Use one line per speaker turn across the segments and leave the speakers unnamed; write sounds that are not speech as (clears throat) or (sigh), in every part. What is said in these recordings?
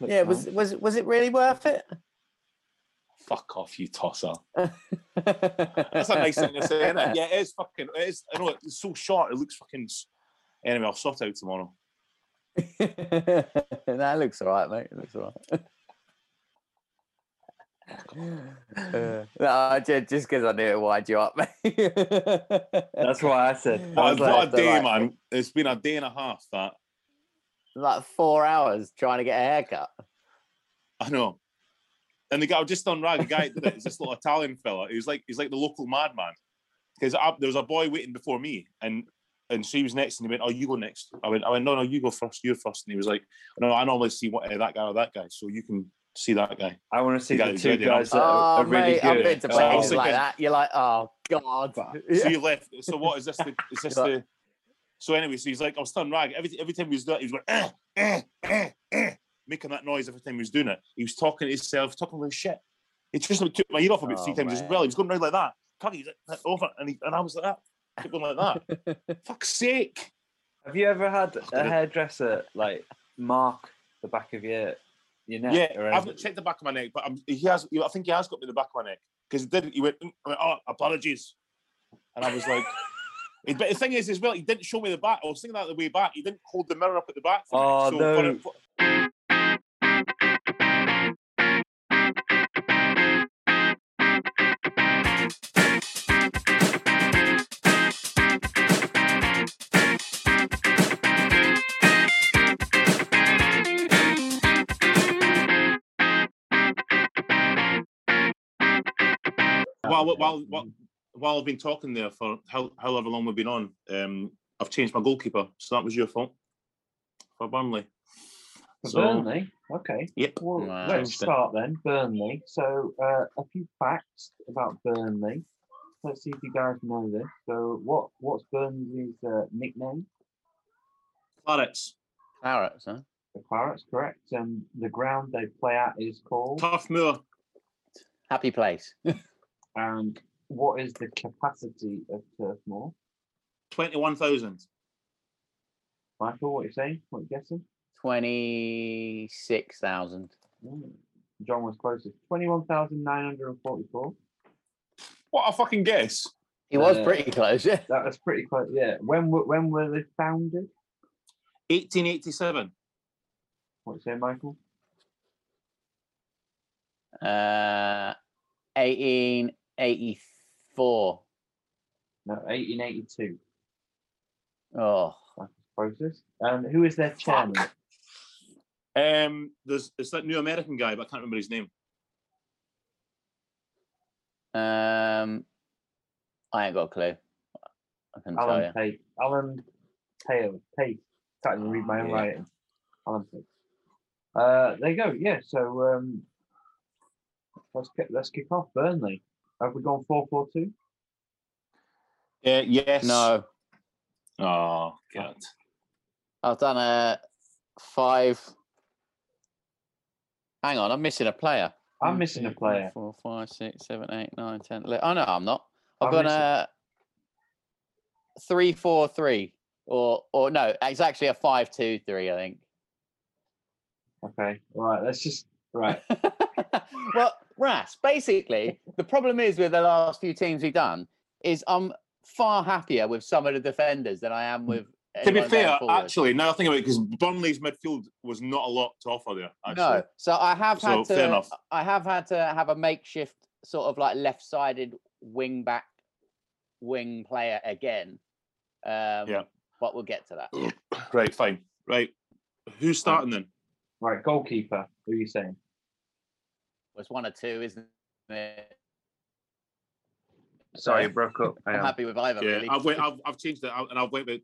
Look
Yeah, was
um,
now.
was was it really worth it?
fuck off, you tosser.
That's
That's a
(laughs)
nice thing to say, isn't (laughs) it? Yeah, it is fucking. It is. I know it's so short. It looks fucking. s- Anyway, I'll sort it out tomorrow.
that looks all right, mate. It looks
(laughs)
all right. Uh, no, ju- just because I knew it wired you up, (laughs) mate.
That's why
(laughs)
I said. I
What,
was
a-
like,
what a day,
like-
man! It's been a day and a half that
like four hours trying to get a haircut.
I know. And the guy I've just done rag. The guy that did it is this little Italian fella. He's like he's like the local madman. Because there was a boy waiting before me, and and she was next, and he went, "Oh, you go next." I went, "I went, no, no, you go first. You're first. And he was like, "No, I normally see what uh, that guy or that guy, so you can see that guy."
I want to see
You
the
guys
two
ready?
guys
oh,
that are really
mate, I've been
good.
to
Oh, I
places
was
like
thinking-
that. You're like, oh god. (laughs)
So you left. So what is this? The, is this
Right.
the? So anyway, so he's like, I was done rag. Every every time he was doing, it, he was going, eh, eh, eh, eh, making that noise every time he was doing it. He was talking to himself, talking about shit. It just like, took my ear off about three
Oh,
times as
man.
well. He was going around like that. Cuggy, he's like, like, over, and he, and I was like that, kept going like
(laughs)
that. Fuck's sake!
Have you ever had a
it.
hairdresser like mark the back of your your
Yeah,
neck?
I've not checked the back of my neck, but I'm, he has. I think he has got me the back of my neck because he did. He went, "Mm," I went, oh, apologies, and I was (laughs) like. But the thing is, as well, he didn't show me the back. I was thinking that the way back. He didn't hold the mirror up at the back. for me.
Oh,
for
no.
it- for- while, while, while, while I've been talking there for how, however long we've been on, um, I've changed my goalkeeper, so that was your fault for Burnley. So,
Burnley. Okay.
yep.
Well,
Wow.
let's start then. Burnley. So, uh, a few facts about Burnley. Let's see if you guys know this. So, what what's Burnley's uh, nickname?
Clarets,
Parrots, huh?
The Clarets, correct. And the ground they play at is called.
Tough Moor,
Happy place.
And what is the capacity of Turf Moor?
21,000.
Michael, what are you saying? What are you guessing?
Twenty six thousand.
Mm. John was closest. Twenty-one thousand nine hundred and forty-four.
What a fucking guess.
He was
Uh,
pretty close, yeah.
That was pretty close. Yeah. When were when were they founded?
1887.
What you say, Michael?
Uh, eighteen eighty four.
No, eighteen eighty-two.
Oh,
Closest. Um, who is their chairman?
Um, there's it's that new American guy, but I can't remember his name.
um, I ain't got a clue. I can tell you.
Alan Pate. Alan Taylor. Pate. Can't even read my own
Yeah.
writing. Alan Pate. Uh, there you go. Yeah. So um, let's kick, let's kick off Burnley. Have we gone four four two?
Uh, yes.
No,
Oh, God.
I've done a five. Hang on, I'm missing a player.
I'm
One,
missing a
two, three,
player.
Four, five, six, seven, eight, nine, ten. ele- Oh no, I'm not. I've
I'm
got
missing-
a three, four, three, or or no, it's actually a five, two, three. I think.
Okay. All right. Let's just right.
(laughs) well, Ras, basically, the problem is with the last few teams we've done is I'm far happier with some of the defenders than I am with.
Hmm. To be
anyone going
fair,
forward.
actually, now I think about it, because Burnley's midfield was not a lot to offer there. Actually.
no. So I have
So
had
fair
to.
enough.
I have had to have a makeshift sort of like left-sided wing back, wing player again. Um,
Yeah.
But we'll get to that.
Right, fine. Right. Who's
Oh,
starting then?
Right. Goalkeeper. Who are you saying?
It's one or two, isn't it?
Sorry,
So,
you broke up. I
I'm
(laughs)
am.
happy with either.
Yeah,
really.
I've, went, I've, I've changed it, I- and I've went with.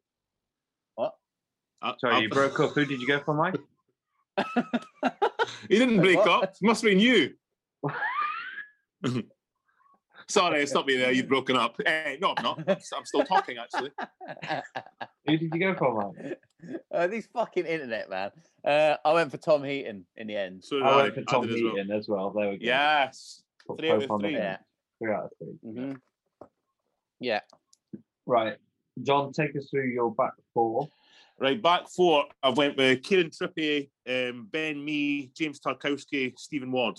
What?
I-
Sorry,
I've-
you broke up. Who did you go for, Mike?
(laughs) He didn't
Wait,
break
what?
up. must have been you.
(laughs)
Sorry, it's not me there. You've broken up. Eh, no, I'm not. I'm still talking, actually.
Who did you go for, Mike?
(laughs) uh, these fucking internet man. Uh, I went for Tom Heaton in the end.
So
I
did
went for
I
Tom
did as well.
Heaton as well. There we go.
Yes.
Put
Three out
both
of
on the
three.
bench.
Yeah.
Three out of three.
Mhm.
Right. John, take us through your back four.
Right, back four, I went with Kieran Trippier, um, Ben Mee, James Tarkowski, Stephen Ward.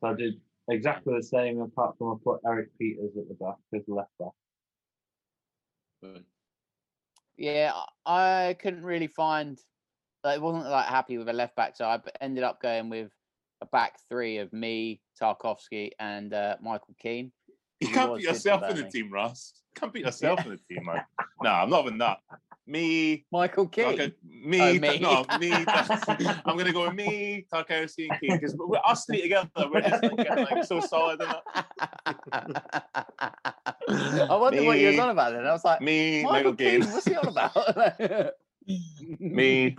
So I did exactly the same, apart from I put Eric Peters at the back as left
(laughs)
back.
Yeah, I I couldn't really find. Like, wasn't like happy with a left back, so I b- ended up going with a back three of me, Tarkovsky, and uh, Michael Keane.
You
He
can't
was good
put
for
yourself in the
Burnley.
team, Russ. Can't put yourself in the
(laughs)
team, man. No, I'm not having that. Me,
Michael Keane. (laughs)
Okay, me,
Oh,
Ta-
me.
no,
(laughs)
me. Ta- I'm gonna go with me, Tarkowski, and King, because we're us three together. We're just like, getting, like so solid. innit? (laughs)
I wonder what you was
Me.
on about then. I was like,
Me,
Michael
Michael
Keane,
Gaines,
what's he on about? (laughs)
me.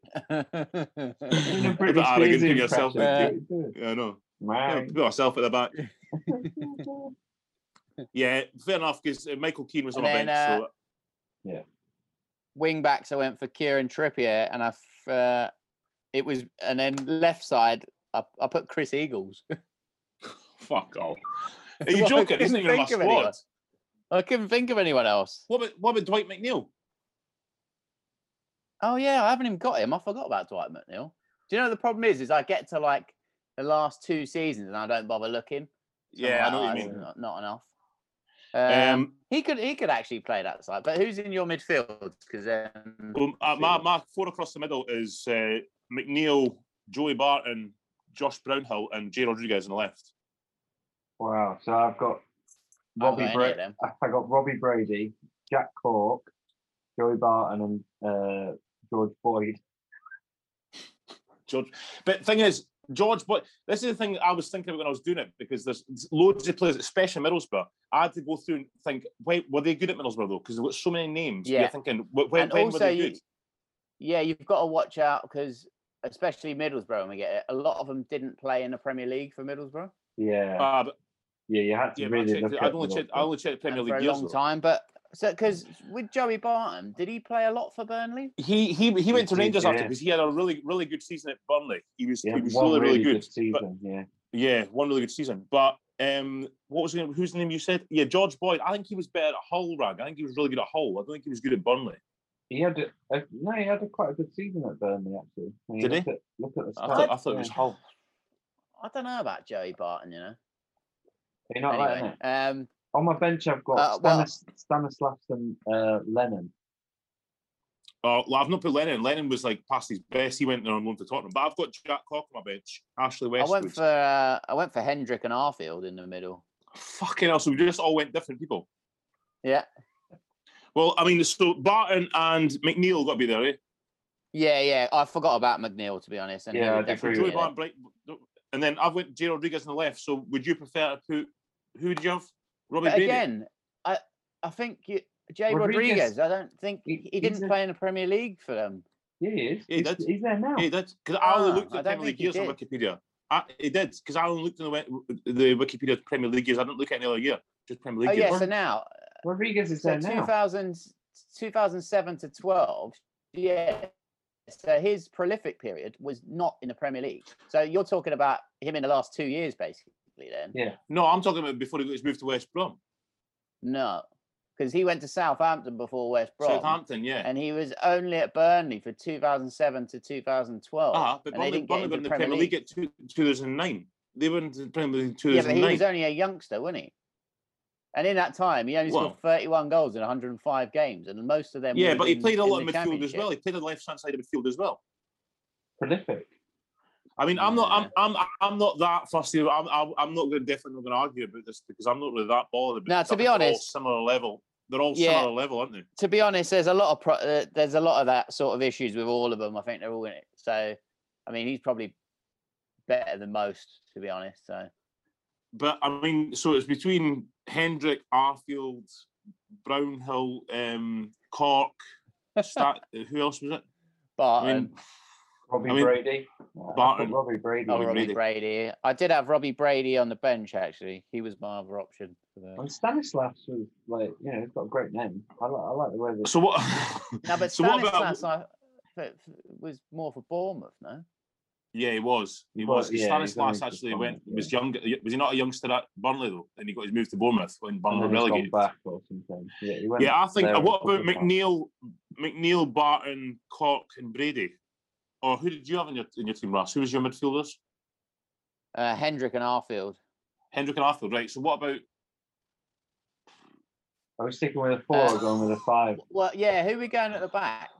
(laughs)
Doing a
Bit
British Spears
arrogant to yourself,
impression.
Yeah, I know. Yeah,
(laughs)
Right.
put myself at the back. Yeah, fair enough. Because Michael Keane was on
And
a
then, uh,
bench, so
Wing backs, I went for Kieran Trippier, and I, f- uh, it was, and then left side, I, I put Chris Eagles.
fuck off. Are
(laughs)
you
Well, I
joking? Isn't
couldn't
even in my
think of anyone.
squad.
I couldn't think of anyone else.
What about what about Dwight McNeil?
Oh yeah, I haven't even got him. I forgot about Dwight McNeil. Do you know the problem is? Is I get to like the last two seasons and I don't bother looking. So I'm
Yeah, I
like,
know what
"Oh,
you
it's
mean.
Not, not enough. Um,
Um,
he could he could actually play that side, but who's in your midfield? Because um,
Well, uh, my, my four across the middle is uh, McNeil, Joey Barton, Josh Brownhill, and Jay Rodriguez on the left.
Wow. So I've got
I've
Robbie
got any
(laughs)
of
Brady.
them.
I got Robbie Brady, Jack Cork, Joey Barton, and uh, George Boyd.
George, but thing is, George, but this is the thing I was thinking about when I was doing it because there's loads of players, especially Middlesbrough. I had to go through and think, wait, were they good at Middlesbrough though? Because they've got so many names.
Yeah.
You're thinking, wh- when,
And
when
also
were they
you-
good?
yeah, you've got to watch out because especially Middlesbrough when we get it, a lot of them didn't play in the Premier League for Middlesbrough
Yeah.
Uh, but,
yeah. You had to
yeah, but I
really
checked,
look
it-
at
I'd only
them
checked, I
all.
only checked
and
Premier League
uh, for a
years
long
though.
time. But so because with Joey Barton, did he play a lot for Burnley?
He he he went to
He did,
Rangers after
yeah.
because he had a really really good season at Burnley. He was
Yeah,
he was
one
really really good. but-
season. yeah.
Yeah, one really good season. But um, what was the name, who's the name you said? Yeah, George Boyd. I think he was better at Hull, Rag. I think he was really good at Hull. I don't think he was good at Burnley.
He had a, a, no, he had a quite a good season at Burnley actually. When you
Did he?
look At, look at the
I
stats.
thought, I thought it was
yeah.
Hull.
I don't know about Joey Barton, you know.
You're not letting
anyway,
it.
um,
On my bench, I've got
Uh, well-
Stanis, Stanislas and uh, Lennon.
Oh, well, I've not put Lennon. Lennon was like past his best. He went there on loan to Tottenham. But I've got Jack Cock on my bench. Ashley
I
Westwood.
went for uh, I went for Hendrick and Arfield in the middle.
Fucking hell. So we just all went different people.
Yeah.
Well, I mean, so Barton and McNeil got to be there, eh?
Yeah, yeah. I forgot about McNeil to be honest. And he
Yeah,
was
I'd agree
definitely
Joey
in it.
Barton, Bright, and then I've went J. Rodriguez on the left. So would you prefer to put who did you have? Robbie
But
Brady?
again, I I think you, Jay Rodriguez,
Rodriguez-
I don't think
He-
he,
he's
didn't
a-
play in the Premier League for them.
Yeah, he is.
Yeah, he
he's,
did.
he's there now.
Yeah, he did. Because I
Ah,
only looked
I
at
don't
Premier League
think he
years on Wikipedia. I, he did, because I only looked at the, Wik- the Wikipedia Premier League years. I didn't look at any other year, just Premier League
Oh
years.
yeah, so now
Rodriguez is
so
there now.
2000, 2007 to twelve. Yeah. So his prolific period was not in the Premier League. So you're talking about him in the last two years, basically. Then
Yeah,
No, I'm talking about before he got his move to West Brom.
No, because he went to Southampton before West Brom,
Southampton, yeah.
and he was only at Burnley for 2007 to 2012.
ah, but
and they
Burnley,
didn't get
Burnley
into
were in the Premier League, at two, 2009. They were in the Premier League in
Yeah, but
2009.
he was only a youngster, wasn't he? And in that time, he only scored
Well-
31 goals in 105 games, and most of them.
yeah,
would've
but he
been
played a
in
lot of
the
midfield as
Championship.
well. He played on the left hand side of midfield as well.
prolific.
I mean, I'm not, I'm, I'm, I'm not that fussy. I'm, I'm, I'm not going to definitely not going to argue about this because I'm not really that bothered.
Now,
because
to
I
be
think they're all
honest-
similar level. They're all
Yeah.
similar level, aren't they?
To be honest, there's a lot of pro- uh, there's a lot of that sort of issues with all of them. I think they're all in it. So, I mean, he's probably better than most, to be honest. So,
But I mean, so it's between Hendrick, Arfield, Brownhill, um,
(laughs)
Cork. Stat, who else was it?
but um,
I mean,
Robbie
I mean,
Brady. Yeah, I
Barton-
put Robbie Brady.
Oh,
Robbie
Robbie Brady.
Brady.
I did have Robbie Brady on the bench actually. He was my other option. For the...
Oh,
And Stanislas was like, you know, he's got a great name. I like, I like the way that.
(laughs)
so what?
No, but
(laughs) so what about?
Stanislas I, f- f- was more for Bournemouth, no?
Yeah, he was. He
But,
was.
yeah, he's only
Stanislas
just
actually
gone,
went.
yeah.
Was young. Was he not a youngster at Burnley though? And he got his move to Bournemouth when
And
Burnley were
then he's gone
relegated.
back or something. Yeah, he went
Yeah, I think. uh,
there
What
a couple
about
of times.
McNeil, McNeil, Barton, Cork, and Brady? Or who did you have in your in your team, Russ? Who was your midfielders?
Uh, Hendrick and Arfield.
Hendrick and Arthur, right? So what about?
I was sticking with a four,
Uh,
going with a five.
Well, yeah, who we going at the back?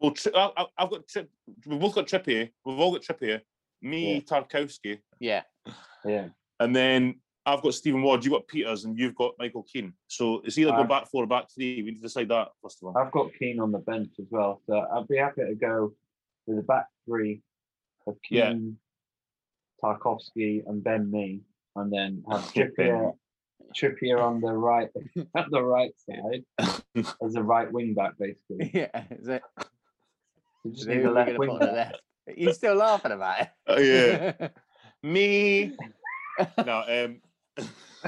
Well, tri- I, I- I've got. Tri- we've both got Trippier. We've all got Trippier. Me, Tarkowski, (laughs)
Yeah,
Yeah,
and then I've got Stephen Ward. You have got Peters, and you've got Michael Keane. So it's either go
I've-
back four or back three. We need to decide that first of all.
I've got Keane on the bench as well, so I'd be happy to go with a back three of
Yeah.
Keane, Tarkovsky, and Ben Me, and then have
Ben
Trippier, Trippier on the right, (laughs) at the right
(laughs)
side as a right wing back, basically.
(laughs) yeah. Is it?
You just
who
need
are
a
we
left
gonna
wing
put on the
back.
left? You're still laughing about it.
Oh, yeah,
(laughs)
me. no, um, (laughs)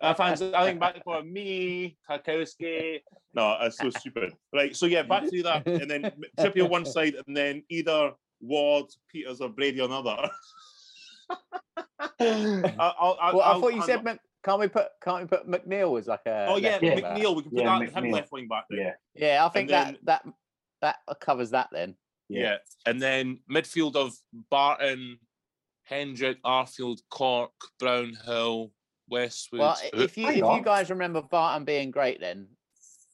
I find I think back for me, Kakowski. No, that's so stupid. Right, so yeah, back to that, and then Trippier one side, and then either Ward, Peters, or Brady on
(laughs)
another. I- I'll- I'll-
well, I
I'll
thought you
hang
said
on.
Mc, can't we put can't we put McNeil as like a
Oh yeah,
left wing back?
McNeil. We can put
Yeah,
that him
McNeil.
left wing back. Then.
Yeah,
Yeah, I think
then-
that that that covers that then.
yeah,
Yeah.
and then midfield of Barton, Hendrick, Arfield, Cork, Brownhill, Westwood.
Well, i- if you
hang
if you
on.
guys remember Barton being great, then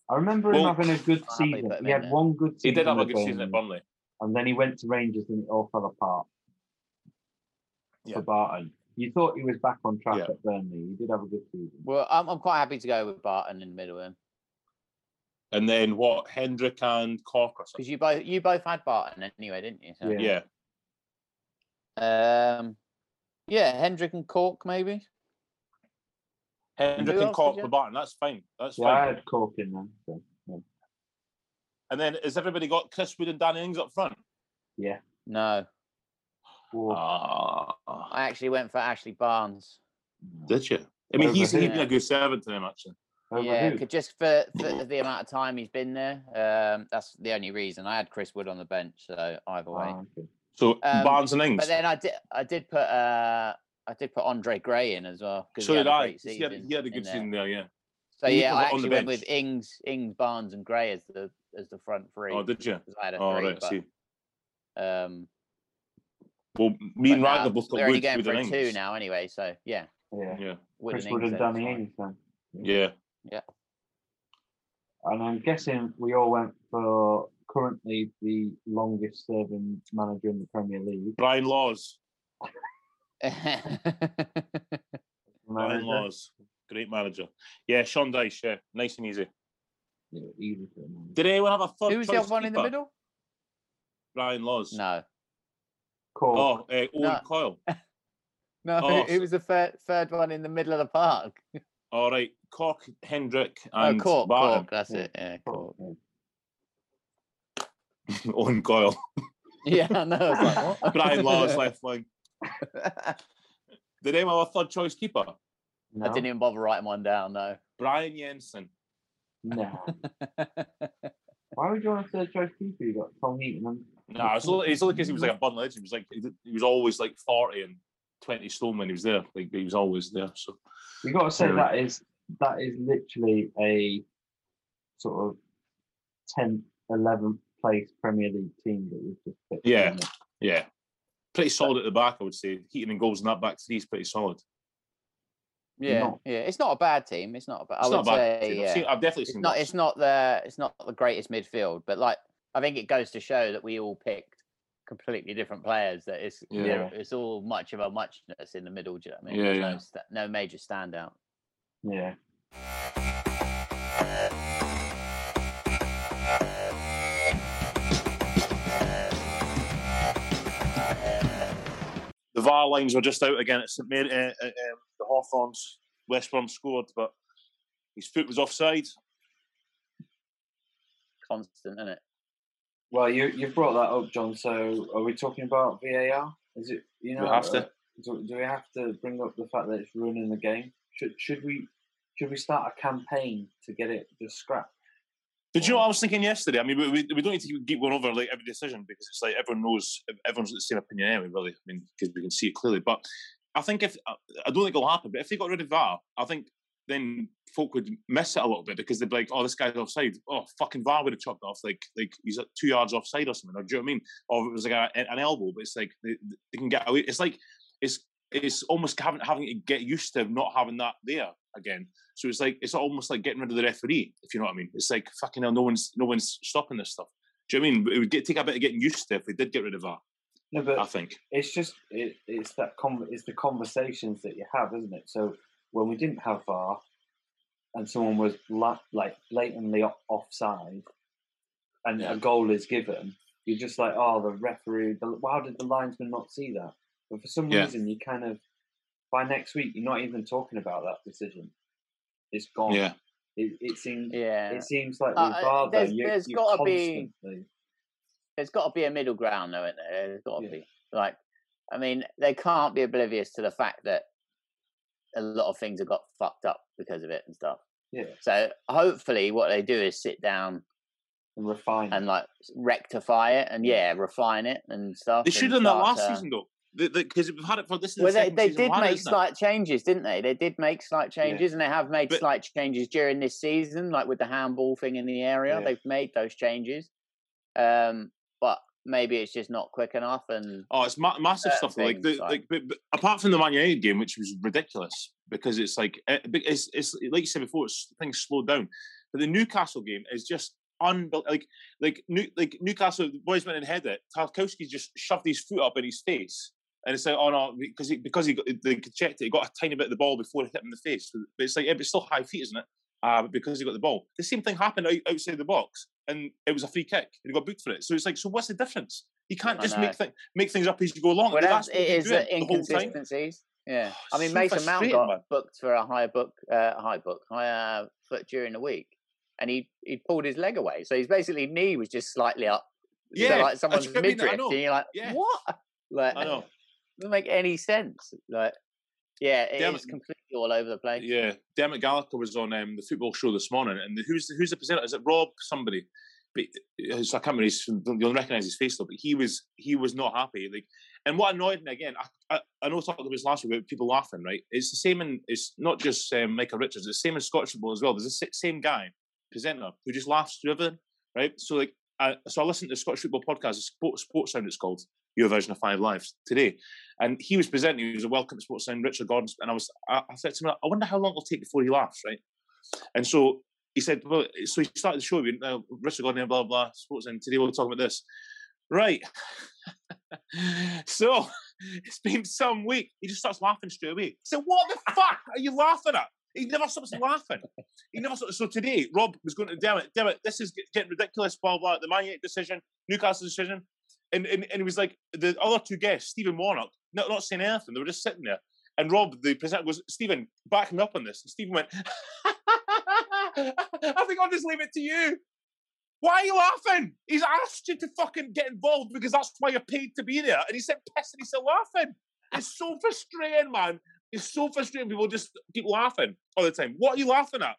I remember
Well,
him having a good
I'll happily
season.
put him
He
in
had
there.
one good
he
season.
did have a
with
good season at
Burnley,
Burnley.
and then he went to Rangers and it all fell apart
Yeah.
for Barton. You thought he was back on track
Yeah.
at Burnley. He did have a good season.
well, I'm I'm quite happy to go with Barton in the middle then
And then what? Hendrick and Cork or something.
because you both you both had Barton anyway, didn't you? So,
Yeah.
Yeah.
Um, yeah, Hendrick and Cork maybe.
Hendrick
Who
and
else
Cork
did you-
for Barton. That's fine. That's
Yeah, I
fine.
had Cork in there. So, yeah.
And then has everybody got Chris Wood and Danny Ings up front?
No,
Four.
Ah,
I actually went for Ashley Barnes.
did you? I mean,
Over
he's, he's
here.
been a good servant to them actually.
Oh,
Over
yeah,
who?
could just for, for the amount of time he's been there. Um, that's the only reason. I had Chris Wood on the bench, so either way.
Oh.
Ah, okay.
So
Um,
Barnes and Ings.
But then I did, I did put, uh, I did put Andre Gray in as well. 'cause
So
had
did
a
I.
great
He had, he had a
in there.
good season there. Yeah.
So
He
yeah,
was
I
on the
actually went with
bench.
Ings, Ings, Barnes, and Gray as the as the front three.
Oh, did you?
'cause I had a
Oh,
three,
right. I
but,
see.
um,
Well, me and
but
Ragnar
now
both got
they're only
Wood,
going
Wood
for a
and
two
Ings.
now anyway. So yeah,
Yeah.
Yeah.
Wood
Chris
and
Wood
Ings
and
at the
Danny
time.
Ings. then.
Yeah.
And I'm guessing we all went for currently the longest serving manager in the Premier League.
Brian Laws. Brian
Manager.
Laws. Great manager. Yeah. Sean Dyche. Yeah. Nice and easy.
Yeah, easy for a manager.
Did anyone have a
(laughs)
third
Who was the
choice
other one in the
keeper?
middle?
Brian Laws.
No,
Cork.
Oh, uh, Owen
No.
Coyle.
(laughs) no. who-
Oh,
who, was the third third one in the middle of the park?
All right, Cork, Hendrick,
Oh,
and
Cork,
Barton.
Cork. That's
Yeah,
it. Yeah, Cork. (laughs)
Cork, yeah.
(laughs) Owen Coyle.
Yeah, I know. I was like, what? (laughs)
Brian Laws left wing. Did anyone have a third choice keeper?
I
No.
didn't even bother writing one down. No.
Brian Jensen.
no.
(laughs)
Why would you want a third choice keeper? You got Tom Heaton and
No, it's only it's only because he was like a bun legend. He was like he was always like forty and twenty stone when he was there. Like he was always there. So
You got to say
Yeah.
that is that is literally a sort of tenth, eleventh place Premier League team that we've just picked.
Yeah.
isn't it?
yeah, pretty solid at the back. I would say Heaton and goals in that back three is pretty solid.
Yeah,
not-
yeah. It's not a bad team. It's not a bad. I
It's
would
not a bad.
say,
team. I've,
yeah.
seen, I've definitely
it's
seen.
not.
worse.
It's not the. It's not the greatest midfield, but like I think it goes to show that we all picked completely different players. That it's
Yeah.
there- it's all much of a muchness in the middle. Do you know what I mean?
Yeah,
There's
yeah.
No, sta- no major standout.
Yeah.
the VAR lines were just out again at St Mary, uh, uh, um, the Hawthorns. West Brom scored, but his foot was offside.
Constant, isn't it?
Well, you you brought that up, John. So are we talking about VAR? Is it you know?
We have to.
uh, Do, do we have to bring up the fact that it's ruining the game? Should should we should we start a campaign to get it just scrapped?
Did you know what I was thinking yesterday? I mean, we, we, we don't need to keep going over like every decision because it's like everyone knows everyone's got the same opinion anyway. Really, I mean, because we can see it clearly. But I think if I I don't think it'll happen, but if they got rid of VAR, I think then folk would miss it a little bit because they'd be like, "Oh, this guy's offside. Oh, fucking VAR would have chucked off. Like, like he's like two yards offside or something." Or do you know what I mean? Or it was like a, an elbow, but it's like they, they can get away. It's like it's it's almost having having to get used to not having that there again. So it's like it's almost like getting rid of the referee, if you know what I mean. It's like fucking hell, no one's no one's stopping this stuff. Do you know what I mean? It would get, take a bit of getting used to if we did get rid of that.
No, but
I think.
it's just it, it's that con it's the conversations that you have, isn't it? So when we didn't have VAR, and someone was la- like blatantly o- offside, and
Yeah.
a goal is given, you're just like, oh, the referee. The, how did the linesman not see that? But for some
Yeah.
reason, you kind of by next week, you're not even talking about that decision. It's gone.
Yeah.
It, it seems.
Yeah.
It seems like with
Uh, uh,
VAR, though,
there's-
you,
there's
you
gotta be-
constantly.
there's got to be a middle ground, though, isn't there? There's got to
Yeah.
be. Like, I mean, they can't be oblivious to the fact that a lot of things have got fucked up because of it and stuff.
Yeah,
So hopefully, what they do is sit down
and refine.
and like rectify it and yeah, refine it and stuff.
They should
and
have done that
start
last
to-
season though. Because we've had it for this. Is the
Well, they,
second
they
season
did
we've had it,
make
isn't it?
slight changes, didn't they? They did make slight changes, and they have made
But-
slight changes during this season, like with the handball thing in the area.
Yeah.
They've made those changes, um, but maybe it's just not quick enough. And
Oh, it's ma- massive
certain
stuff. Like, the,
things, like-
like but, but apart from the Man United game, which was ridiculous because it's like it, but it's it's like you said before, it's, things slowed down. But the Newcastle game is just unbelievable. Like like New, like Newcastle, the boys went and head it. Tarkowski just shoved his foot up in his face, and it's like oh no, because he, because he got, they checked it, he got a tiny bit of the ball before it hit him in the face. But it's like yeah, but it's still high feet, isn't it? Uh, but because he got the ball, the same thing happened out, outside the box, and it was a free kick, and he got booked for it. So it's like, so what's the difference? You can't
I
just
know.
make things make things up as you go along.
well, that's,
That's what
it
they've
is
been
uh,
doing the whole time. Oh,
inconsistencies. Yeah, I mean,
So
Mason Mount
frustrating,
got
man.
booked for a high book, uh, high book, higher foot during the week, and he he pulled his leg away, so his basically knee was just slightly up. So,
Yeah,
like someone's
what I mean, I
midriff,
know.
and you're like,
Yeah.
what? (laughs) Like, (laughs)
I know.
doesn't make any sense. Like, yeah, it is
Damn it.
completely all over the place.
Yeah, Dermot Gallagher was on um, the football show this morning, and the, who's the, who's the presenter? Is it Rob somebody? But uh, so I can't remember. His, you'll recognise his face though. But he was he was not happy. Like, and what annoyed me again, I I, I know I talked about this last week about people laughing. Right, it's the same in it's not just um, Michael Richards. It's the same in Scottish football as well. There's the sa- same guy presenter who just laughs through everything. Right, so like. I, so I listened to the Scottish football podcast, Sports, Sports Sound, it's called Your Version of Five Lives today, and he was presenting. He was a welcome to Sports Sound, Richard Gordon, and I was. I, I said to him, "I wonder how long it'll take before he laughs, right?" And so he said, "Well," so he started the show. We uh, Richard Gordon, blah blah, Sports Sound. Today we're talking about this, right? (laughs) so (laughs) it's been some week. He just starts laughing straight away. So what the fuck are you laughing at? He never stops laughing. He never stops. So today, Rob was going to Dermot. Dermot, this is getting ridiculous. Blah blah. The Man United decision, Newcastle decision and, and, and it was like the other two guests, Stephen Warnock, not, not saying anything. They were just sitting there. And Rob, the presenter, goes, Stephen, back me up on this. And Stephen went, (laughs) I think I'll just leave it to you. Why are you laughing? He's asked you to fucking get involved because that's why you're paid to be there. And he said, pissed and he's still laughing. It's so frustrating, man. It's so frustrating. People just keep laughing all the time. What are you laughing at?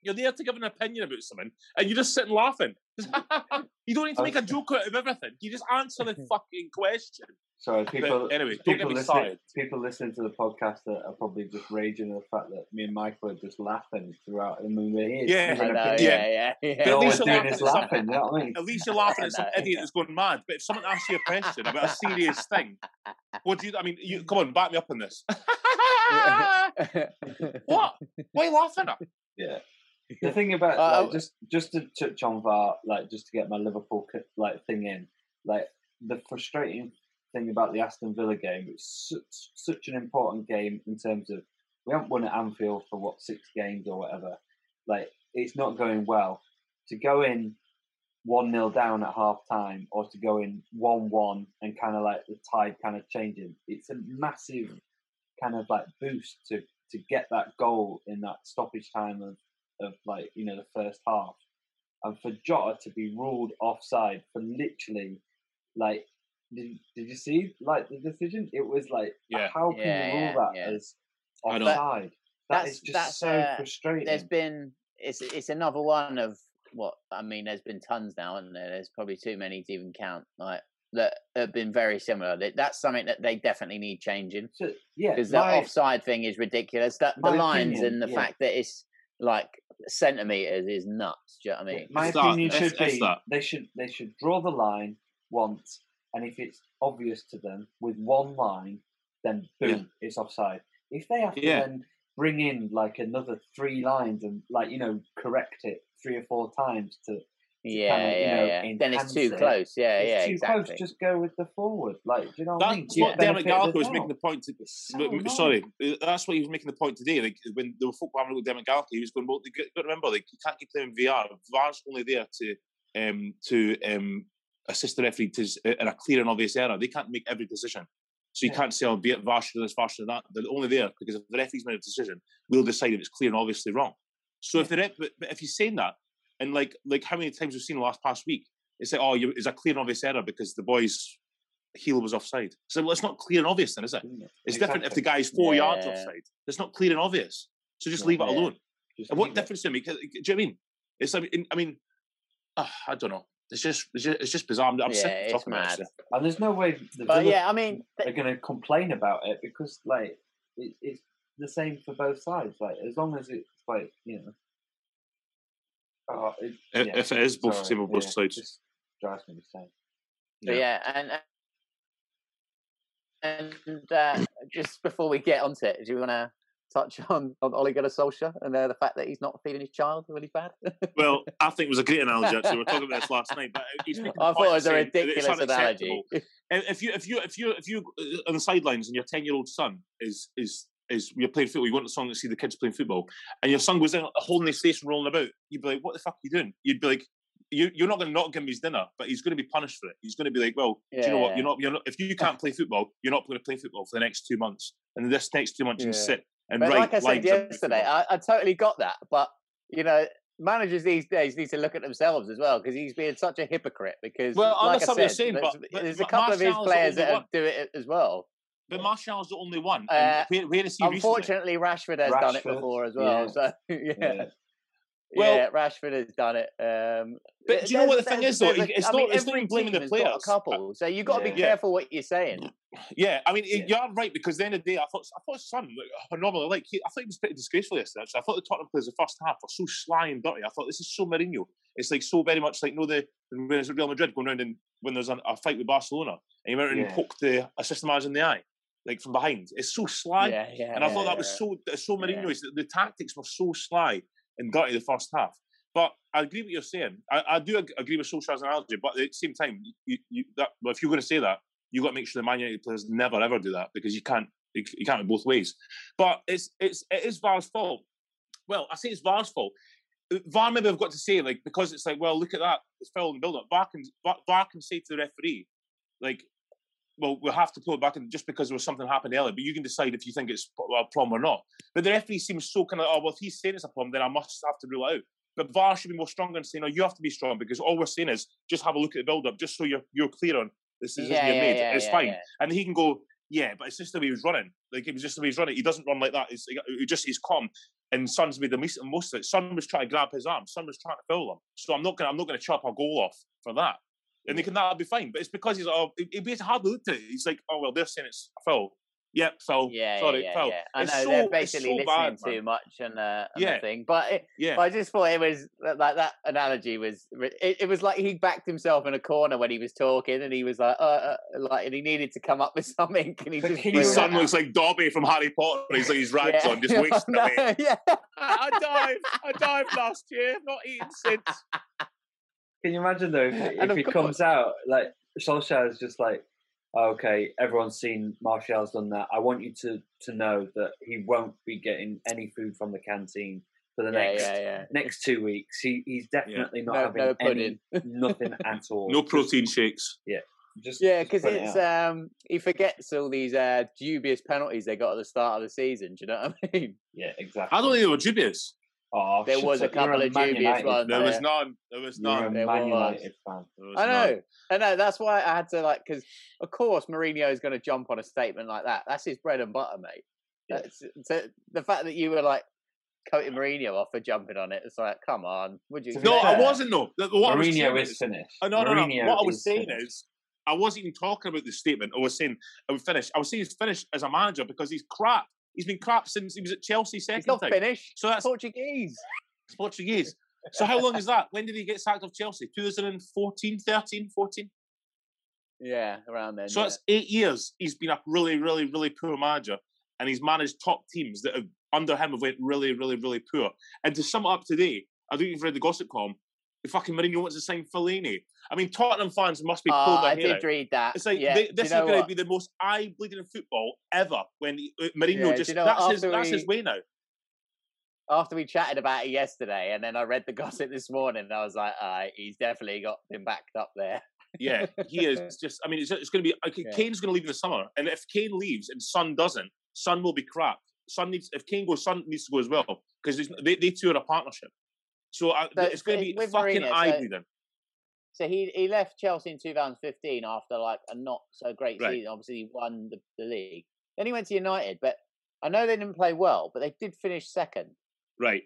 You're there to give an opinion about something and you're just sitting laughing. (laughs) you don't need to make a joke out of everything. You just answer the fucking question.
Sorry,
But
people.
anyway, don't get
people
me
listening,
started.
people listening to the podcast that are probably just raging at the fact that me and Michael are just laughing throughout. and mean, we're here.
Yeah.
we're
I
gonna
know,
pick-
Yeah.
yeah, yeah,
But
All
at
yeah.
least
we're
least they're
doing is
laughing
laughing.
at
You know what I mean?
At least you're laughing
(laughs)
at some
No,
idiot that's going mad. But if someone asks you a question about a serious thing, what do you? I mean, you come on, back me up on this.
(laughs)
"Ah, what? Why are you laughing at?
Yeah. The thing about
Uh,
like, just just to touch on VAR, like just to get my Liverpool c- like thing in, like the frustrating thing about the Aston Villa game, it's such, such an important game in terms of we haven't won at Anfield for what six games or whatever. Like it's not going well. To go in one 0 down at half time, or to go in one one and kind of like the tide kind of changing, it's a massive kind of like boost to to get that goal in that stoppage time of of like you know the first half, and for Jota to be ruled offside for literally like did, did you see like the decision? It was like
Yeah.
how can
Yeah,
you
yeah,
rule that
yeah.
as
I don't-
offside? That
That's-
is just
that's,
so
uh,
frustrating.
There's been it's it's another one of what I mean, there's been tons now, and there? There's probably too many to even count. Like that have been very similar. That- That's something that they definitely need changing
So, yeah,
because
my-
the offside thing is ridiculous. That the
my
lines
opinion,
and the
yeah.
fact that it's like centimeters is nuts. Do you know what I mean?
my
It's that,
opinion
it's-
should
it's
be
that.
they should they should draw the line once, and if it's obvious to them with one line, then boom, it's offside. If they have to
Yeah.
then bring in like another three lines and like you know correct it three or four times to
yeah,
kinda, you
yeah,
know,
yeah. Then it's too
enhance it.
close. Yeah,
it's
yeah,
too
exactly.
close, just go with the forward. Like, do you know what I mean?
That's
Give
what Derek
benefit of the
Gallagher was
doubt.
making the point. To,
It's so
but- but-
annoying.
sorry, uh, that's what he was making the point today. Like when they were folk having a look at Derek Gallagher, he was going, "Well, you got to remember, like you can't keep playing VR. VAR's only there to um, to um, assist the referee to s- in a clear and obvious error. They can't make every decision, so you
Yeah.
can't say, "Oh, be it VAR should do this, VAR should do that." They're only there because if the referee's made a decision, we'll decide if it's clear and obviously wrong. So if the ref, but, but if he's saying that, and like like how many times we've seen last past week, it's like, "Oh, you it's a clear and obvious error because the boys." heel was offside. So well, it's not clear and obvious, then, is it? It's different if the
Exactly.
guy's four yards
Yeah.
offside. It's not clear and obvious. So just
Yeah.
leave it
Yeah.
alone.
Just
And what
leave it.
difference does it make? Do you know what I mean? It's like, I mean, ah, I don't know. It's just, it's just, it's just bizarre. I'm, I'm
yeah,
sick of
it's
talking about
mad.
this.
And there's no way the
But
Villa
yeah, I mean, th-
are going to complain about it because like it, it's the same for both sides. Like as long as it's like you know, oh, it,
If- if it is both
sorry,
same on both sides.
just drives me insane.
But yeah, and and uh, just before we get onto it, do you want to touch (laughs) on on Ole Gunnar Solskjaer and uh, the fact that he's not feeding his child really bad? (laughs)
Well, I think it was a great analogy. Actually, we were talking about this last night, but uh, he's
I (laughs)
making the
thought it
point
was a
saying that it's
ridiculous analogy.
unacceptable. If if you, if you, if you, if you uh, on the sidelines and your ten-year-old son is is is you're playing football, you want the son to see the kids playing football, and your son goes in a whole new station rolling about, you'd be like, "What the fuck are you doing?" You'd be like, you, "You're not going to not give him his dinner, but he's going to be punished for it. He's going to be like, well, do you know what?
Yeah.
You're not, you're not.
(laughs)
If you can't play football, you're not going to play football for the next two months, and this next two months you
Yeah.
sit and
But
write
like I said
lines about
yesterday,
football."
I, I totally got that. But you know, managers these days need to look at themselves as well because he's being such a hypocrite. Because
Well, I
like I
understand what you're
said,
saying,
there's,
but- but
there's a
Ma-
couple of his
Martial's the
players
only
that
one.
have do it as well.
but Martial's the only one.
Uh,
and where, where is he recently?
Unfortunately, Rashford has done it
Rashford,
before as well.
yeah.
So (laughs) yeah.
Yeah.
Well-
yeah, Rashford has done it. Um,
But do you know
there's-
what the thing
there's-
is, though?
there's a-
It's
I
not-
mean,
it's not
every
even blaming the
team has got
players.
A couple, so you've got to be
Yeah.
careful what you're saying.
Yeah, I mean,
Yeah.
you are right because at the end of the day, I thought I thought Son, like, normally, like he, I thought he was pretty disgraceful yesterday. Actually, I thought the Tottenham players the first half were so sly and dirty. I thought this is so Mourinho. It's like so very much like no, the when it's Real Madrid going round and when there's a, a fight with Barcelona and he went round
Yeah.
and poked the assistant manager in the eye, like from behind. It's so sly,
yeah, yeah.
and I thought that was so that so Mourinho. is that The tactics were so sly and dirty the first half. But I agree with what you're saying. I, I do ag- agree with Solskjaer's analogy, but at the same time, you, you, that, well, if you're going to say that, you've got to make sure the Man United players never ever do that because you can't you, c- you can't be both ways. But it's it's it is VAR's fault. Well, I say it's VAR's fault. VAR maybe I've uh, got to say like because it's like well look at that it's foul in the build up. VAR can VAR, VAR can say to the referee like well we'll have to pull it back and just because there was something happened earlier, but you can decide if you think it's a problem or not. But the referee seems so kind of oh well if he's saying it's a problem then I must have to rule it out. But VAR should be more stronger and saying no you have to be strong because all we're saying is just have a look at the build up just so you're you're clear on this is
Yeah,
you're
yeah,
made
yeah,
it's
yeah,
fine
yeah.
and he can go yeah but it's just the way he was running like it was just the way he's running he doesn't run like that it's, he just he's calm and Son's made the most, most of it. Son was trying to grab his arm. Son was trying to foul him. So I'm not gonna I'm not gonna chop a goal off for that. And they can that'll be fine. But it's because he's oh he, he basically hardly looked at it. He's like, oh well they're saying it's a foul. Yep, foul.
Yeah,
Sorry,
yeah,
foul.
yeah. I know
It's
they're
so- it's
basically
so
listening
bad,
too
man.
much and, uh, and the
Yeah.
thing, but, it,
Yeah.
but I just thought it was like that analogy was it, it was like he backed himself in a corner when he was talking and he was like uh, uh like and he needed to come up with (laughs) something
(laughs)
and he
But
just
can you
threw
His
it
son
out.
looks like Dobby from Harry Potter. He's like his
(laughs)
rags
Yeah.
on,
(laughs)
just wasting
I
away. (laughs)
know, yeah
I, I dived. I dived last year. I've not eaten
(laughs)
since.
Can you imagine though if,
And
if
of
he comes out like Solskjaer is just like, okay, everyone's seen Martial's done that. I want you to to know that he won't be getting any food from the canteen for the
yeah
next
yeah yeah
next two weeks. He he's definitely not
No-
having
no (laughs)
any nothing at all.
No protein shakes.
Just
Yeah,
just
because
put it
it's
out.
um he forgets all these uh dubious penalties they got at the start of the season. Do you know what I mean?
yeah, exactly.
I don't think they were dubious.
Oh,
there
shut
was a
up, you're
couple of
Man
dubious
United
ones.
There
fan.
was
Yeah.
none. There was
You're a
none.
There
Man
was.
United fan.
There was
I
none.
know, I know. That's why I had to like because of course Mourinho is going to jump on a statement like that. That's his bread and butter, mate.
Yeah.
That's, so the fact that you were like coated Mourinho off for jumping on it. It's like, come on, would (laughs) you?
To be
No, I
fair,
wasn't though. The- What I
Mourinho
was saying
is finished.
Oh, no, no, no.
Mourinho
What I was saying
finished.
is, I wasn't even talking about the statement. I was saying I would finish. I was saying he's finished as a manager because he's crap. He's been crap since he was at Chelsea
He's
second
not
time.
finished.
So that's
Portuguese.
Portuguese. So how long is that? When did he get sacked of Chelsea? 2014, 13, 14?
Yeah, around then.
So
yeah. Oh,
that's eight years. He's been a really, really, really poor manager, and he's managed top teams that have, under him have went really, really, really poor. And to sum it up today, I don't even read the gossip column. The fucking Mourinho wants to sign Fellaini. I mean, Tottenham fans must be
Ah,
pulling their
I
hair out.
did read that.
It's like
yeah.
they,
do
this
you know
is going to
what?
be the most eye bleeding football ever. When he- uh, Mourinho
Yeah, do
just
you know what,
that's his
after
that's his
we-
way now.
after we chatted about it yesterday, and then I read the (laughs) gossip this morning, and I was like, all right, he's definitely got been backed up there.
Yeah, he
(laughs)
is just. I mean, it's, it's going to be. Like,
Yeah.
Kane's going to leave in the summer, and if Kane leaves and Son doesn't, Son will be crap. Son needs if Kane goes, Son needs to go as well because they they two are a partnership. So I,
So
it's going to
it-
be
with
fucking
Mourinho, so-
eye bleeding.
So he he left Chelsea in 2015 after like a not so great
Right.
season. Obviously, he won the, the league. Then he went to United, but I know they didn't play well, but they did finish second.
Right.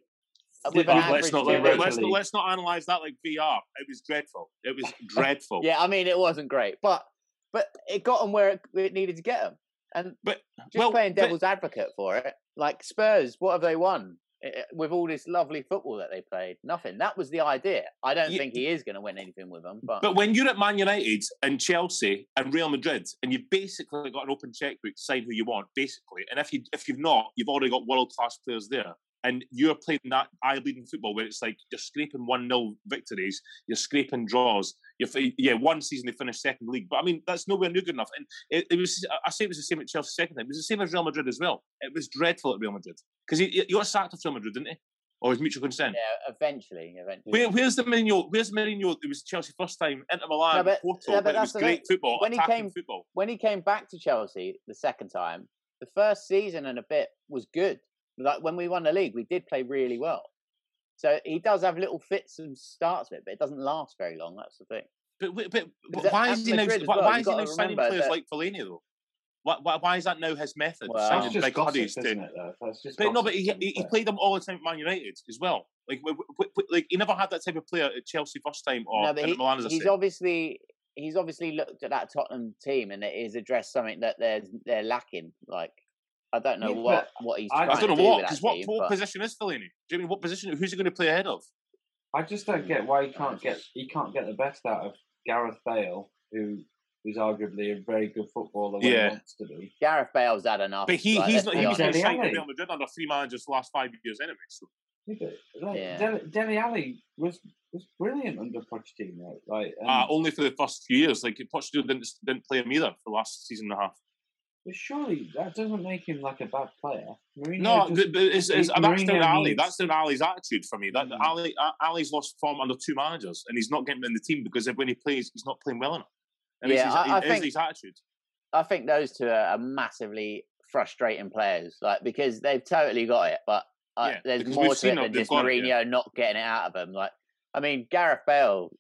Uh, with
But
an
Well,
let's
average
not
Europa
let's,
League.
not let's not analyze that like VR. It was dreadful. It
(laughs)
was dreadful.
Yeah, I mean it wasn't great, but but it got them where it, where it needed to get them. And
But-
just
well,
playing
but-
devil's advocate for it, like Spurs, what have they won eh, eh, with all this lovely football that they played? Nothing. That was the idea. I don't
Ye-
think he is going to win anything with them, but,
But when you're at Man United and Chelsea and Real Madrid, and you've basically got an open checkbook to sign who you want, basically, and if you if you've not, you've already got world class players there, and you're playing that eye bleeding football where it's like you're scraping one 0 victories, you're scraping draws. You're, fi- yeah, one season they finished second league, but I mean that's nowhere near good enough. And it, it was I- I say it was the same at Chelsea second time. It was the same as Real Madrid as well. It was dreadful at Real Madrid because he, he got sacked of Real Madrid, didn't he? Or his mutual consent.
yeah, eventually, eventually.
Where, where's the Mourinho? Where's Mourinho? It was Chelsea first time, Inter Milan,
No, but-
Porto,
no, but
but it
that's
was
the
great
thing.
football,
When he
attacking
came-
football.
when he came back to Chelsea the second time, the first season and a bit was good. Like when we won the league, we did play really well. So he does have little fits and starts with it, but it doesn't last very long. That's the thing.
But, wait, but, but
that-
why
that's
is he now?
Madrid as
why-
well,
Why
you
is he
gotta
now signing
remember
players
that-
like Fellaini though? Why, why, why is that now his method?
Well,
signing
That's just
big
gossip,
hoodies
isn't
to-
it? Though? That's just
But no, but
gossip,
he,
to be
he, he
fair.
played them all the time at Man United as well. Like, w- w- w- like he never had that type of player at Chelsea first time or
No,
Inter
but he-
Milan as I
he's
said.
obviously he's obviously looked at that Tottenham team and it is addressed something that they're they're lacking. Like I don't know
Yeah,
what what he's
I- I
trying
I don't
to
know
do
what
with that
because what,
team.
what
but-
position is Fellaini? Do you mean what position? Who's he going to play ahead of?
I just don't get why he can't get he can't get the best out of Gareth Bale, who is arguably a very good footballer when
Yeah.
he wants to be.
Gareth Bale's had enough.
But he,
like,
he's
let's
not.
be
He was
honest.
Dele
now signed to
Alli.
Real Madrid under three managers the last five years anyway. So
Yeah, but, Like,
Yeah.
Dele, Dele Alli was was brilliant under Pochettino. Like, and
uh, only for the first few years. Like Pochettino didn't didn't play him either for the last season and a half.
but surely that doesn't make him like a bad player. Mourinho
No,
just-
but- but it's, it's,
Mourinho
that's down Ali.
needs-
That's down Ali's attitude for me. That
Mm.
Ali Ali's lost form under two managers, and he's not getting in the team because if- when he plays, he's not playing well enough. And
Yeah,
it's his,
I- I
it is
think-
his attitude.
I think those two are, are massively frustrating players, like because they've totally got it, but uh,
Yeah,
there's
because
more
we've
to
seen
it
them,
than
they've
just
got it,
Mourinho
yeah.
not getting it out of them. Like, I mean, Gareth Bale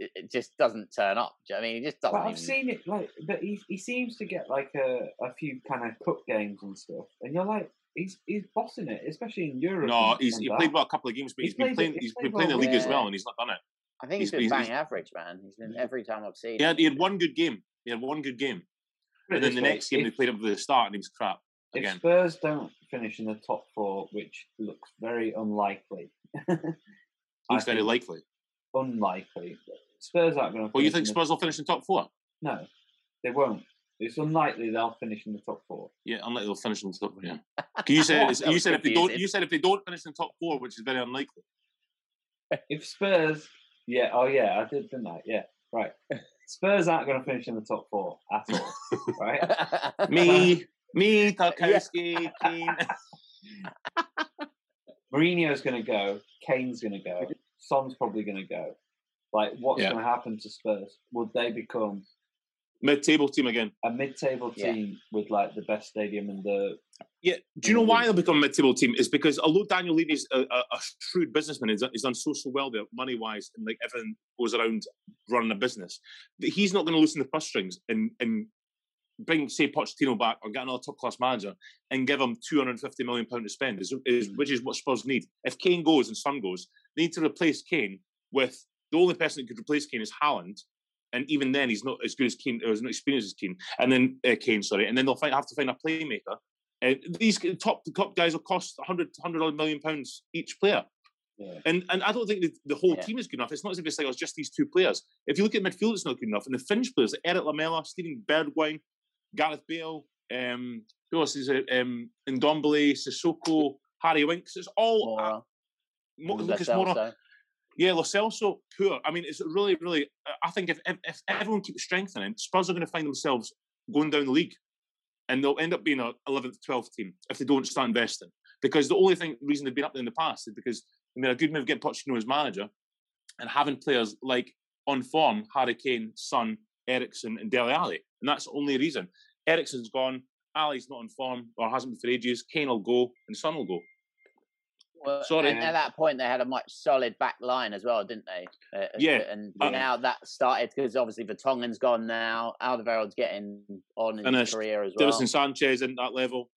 it, it just doesn't turn up. do you know what I mean, he just doesn't.
But I've
even-
seen it like, but he, he seems to get like a, a few kind of cup games and stuff, and you're like, he's he's bossing it, especially in Europe.
No,
and-
he's,
and
he
that.
played well a couple of games, but
He's
he's been
played-
playing.
he's
He's
played
been playing the
well,
league as
yeah.
well, and he's not done it.
I think
he's
he's been
been-
bang
he's-
average, man. He's been every time I've seen.
He had,
him,
he had one good game. He had one good game,
Put it
and then
this
the
way,
next game
if-
they played him with the start, and he was crap
If
again.
Spurs don't finish in the top four, which looks very unlikely, I
Looks very
think
likely.
unlikely. Spurs aren't going to.
Well, you think Spurs will finish in top four?
No, they won't. It's unlikely they'll finish in the top four.
Yeah, unlikely they'll finish in the top four.
(laughs)
Yeah. 'Cause You said
That
you
was
said if they don't
confusing.
you said if they don't finish in top four, which is very unlikely.
(laughs)
If Spurs, yeah, oh yeah, I did didn't I? Yeah, right.
(laughs)
Spurs aren't going to finish in the top four at all, right?
(laughs)
Me, me, Tarkowski, Keane. (laughs)
Mourinho's going to go. Kane's going to go. Son's probably going to go. Like, what's
Yeah.
going to happen to Spurs? Would they become
Mid-table team again.
a mid-table
Yeah.
team with like the best stadium in the?
Yeah. Do you know why they'll become a mid-table team? Is because although Daniel Levy is a, a, a shrewd businessman, he's, he's done so so well there, money-wise, and like everything goes around running a business. That he's not going to loosen the purse strings and and bring say Pochettino back or get another top class manager and give him two hundred and fifty million pound to spend is, is which is what Spurs need. If Kane goes and Son goes, they need to replace Kane with the only person that could replace Kane is Haaland. And even then, he's not as good as Kane, or as not experienced as Kane. And then uh, Kane, sorry. And then they'll find, have to find a playmaker. Uh, these top top guys will cost 100, 100 odd million pounds each player.
Yeah.
And and I don't think the, the whole
Yeah.
team is good enough. It's not as if it's like oh, it's just these two players. If you look at midfield, it's not good enough. And the fringe players, like Eric Lamela, Steven Bergwijn, Gareth Bale, um, who else is it? Um, Ndombele, Sissoko, Harry Winks. It's all uh,
Mora,
Mo-
and
Lucas
Lo
Moura.
Celso.
Yeah, Lo Celso, poor. I mean, it's really, really. I think if if, if everyone keeps strengthening, Spurs are going to find themselves going down the league, and they'll end up being a eleventh, twelfth team if they don't start investing. Because the only thing reason they've been up there in the past is because they made a good move getting Pochettino as manager, and having players like on form Harry Kane, Son, Ericsson, and Dele Alli, and that's the only reason. Ericsson's gone. Ali's not on form or hasn't been for ages. Kane will go and Son will go.
Well,
Sorry.
And at that point, they had a much solid back line as well, didn't they? Uh,
Yeah.
And
Uh,
now that started because obviously Vertonghen's gone now. Alderweireld's getting on in
And,
his
uh,
career as well.
Davison Sanchez isn't at that level.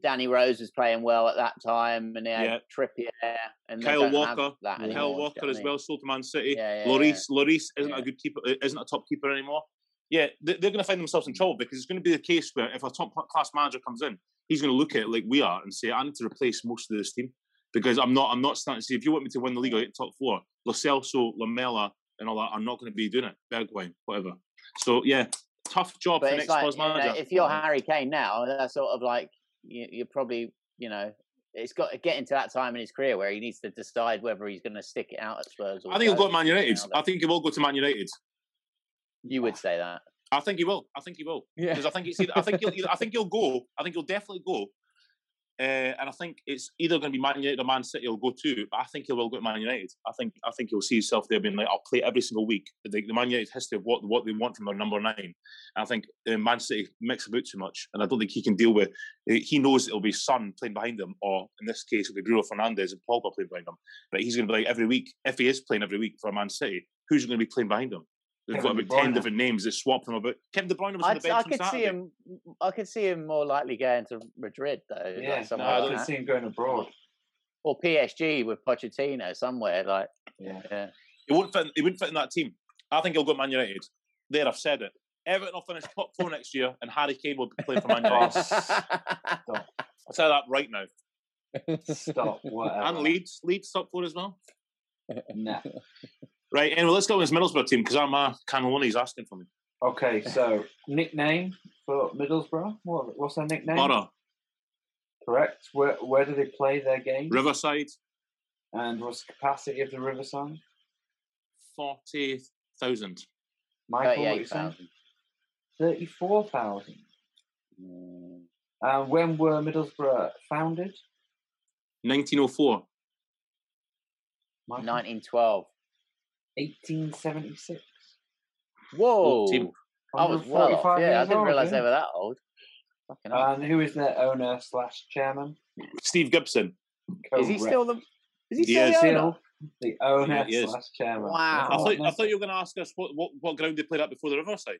Danny Rose was playing well at that time, and they had
Yeah.
Trippier and they
Kyle
don't have
Walker.
Kyle
that anymore,
Kyle
do you know
Walker
what I
as
mean?
well sold to Man City.
Yeah, yeah,
Lloris, Lloris isn't
Uh, Yeah.
a good keeper, uh, isn't a top keeper anymore. Yeah, they- they're going to find themselves in trouble because it's going to be the case where if a top class manager comes in, he's going to look at it like we are and say, "I need to replace most of this team because I'm not, I'm not starting to see if you want me to win the league or get top four, Lo Celso, Lamella, and all that are not going to be doing it. Bergwijn, whatever. So yeah, tough job
But
for
it's
next
like,
Spurs
you know,
manager.
if you're Harry Kane now, that's sort of like you, you're probably, you know, it's got to get into that time in his career where he needs to decide whether he's going to stick it out at Spurs. Or
I think he'll
go.
go to Man United.
now that-
I think he will go to Man United.
you would say that.
I think he will. I think he will.
Yeah.
because I think it's either, I think he'll I think he'll go. I think he'll definitely go. Uh, and I think it's either going to be Man United or Man City he'll go to, but I think he will go to Man United. I think I think he'll see himself there being like, I'll play every single week. The, the Man United history of what what they want from their number nine. And I think uh, Man City mix about too much, and I don't think he can deal with. uh, He knows it'll be Son playing behind him, or in this case, it'll be Bruno Fernandez and Pogba playing behind him. But he's going to be like every week if he is playing every week for Man City, who's going to be playing behind him? They've got
Kevin De
about ten
Bruyne.
different names that swap them about. Kevin De Bruyne was on the
I'd,
bench
I
on
could see
Saturday.
him. I could see him more likely going to Madrid though,
Yeah,
like
no,
somewhere
I
don't
like
could
that.
see him going abroad.
or PSG with Pochettino somewhere like.
(laughs) Yeah.
Yeah.
He won't fit. In, he wouldn't fit in that team. I think he'll go Man United. There, I've said it. Everton will finish top four next year, and Harry Kane will be playing for (laughs) Man United. I'll say that right now.
(laughs)
Stop. Whatever.
And Leeds, Leeds top four as well.
Nah.
Right. Anyway, let's go with this Middlesbrough team because I'm uh, Caneloni's asking for me.
Okay, so nickname for Middlesbrough? What, what's their nickname?
Borough,
Correct. Where where do they play their game?
Riverside,
and what's the capacity of the
Oh,
Riverside?
forty thousand.
Michael, what you
Thirty-eight
saying?
thousand.
Thirty-four thousand.
Mm,
And when were Middlesbrough founded?
1904.
Michael?
Nineteen twelve.
1876.
Whoa!
Old team.
I was well off.
145
Yeah, I
years
didn't
old,
realize
yeah.
they were that old. Fucking hell.
And who is their owner slash chairman?
Steve Gibson.
is he
Correct.
still the? Is he still
Yes.
the
Still
owner?
the owner
Yeah, he is.
slash chairman?
Wow.
I
Oh,
thought, I thought you were going to ask us what, what, what ground they played at before the Riverside.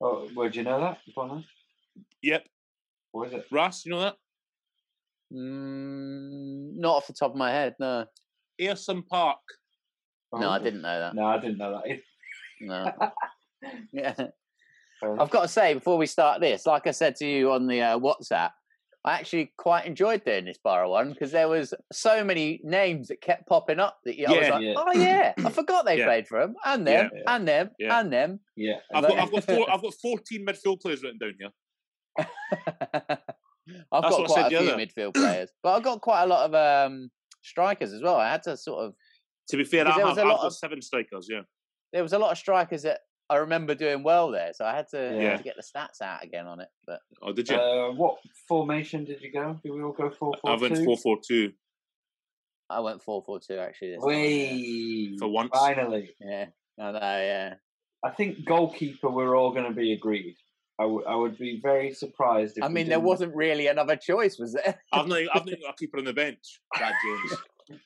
Oh, well, do you know that? You don't know?
Yep.
What is it?
Ras, you know that?
Mm, not off the top of my head. No.
Ayrton Park.
Oh,
No, I
is it?
didn't know that.
No, I didn't know that. either.
No. yeah.
Fair enough.
I've got to say before we start this, like I said to you on the uh, WhatsApp, I actually quite enjoyed doing this Borough one because there was so many names that kept popping up that you, I was
Yeah,
like,
yeah.
oh
(clears throat)
yeah, I forgot they
Yeah.
played for them and them
Yeah.
and them
Yeah.
and them. (laughs)
Yeah.
I've got, I've, got (laughs) four, I've got 14 midfield players written down here.
I've
That's
got
what I said
quite a
the
few
other-
midfield players, but I've got quite a lot of um, strikers as well. I had to sort of
To be fair, I
Because there
have,
was
I've
a lot
got
of-
seven strikers, yeah.
there was a lot of strikers that I remember doing well there, so I had to, I had
Yeah.
to get the stats out again on it. But
Oh, did you?
Uh, what formation did you go? Did we all go 4
I
4
went
2?
4 4 2
I went four four two actually. This time, yeah.
Whee!
for once.
Finally.
yeah, I know, yeah.
I think goalkeeper, we're all going to be agreed. I would- I would be very surprised if
I
we
mean, there
didn't.
wasn't really another choice, was there? (laughs)
I've not, e-, I've not got a keeper on the bench. Brad Jones.
I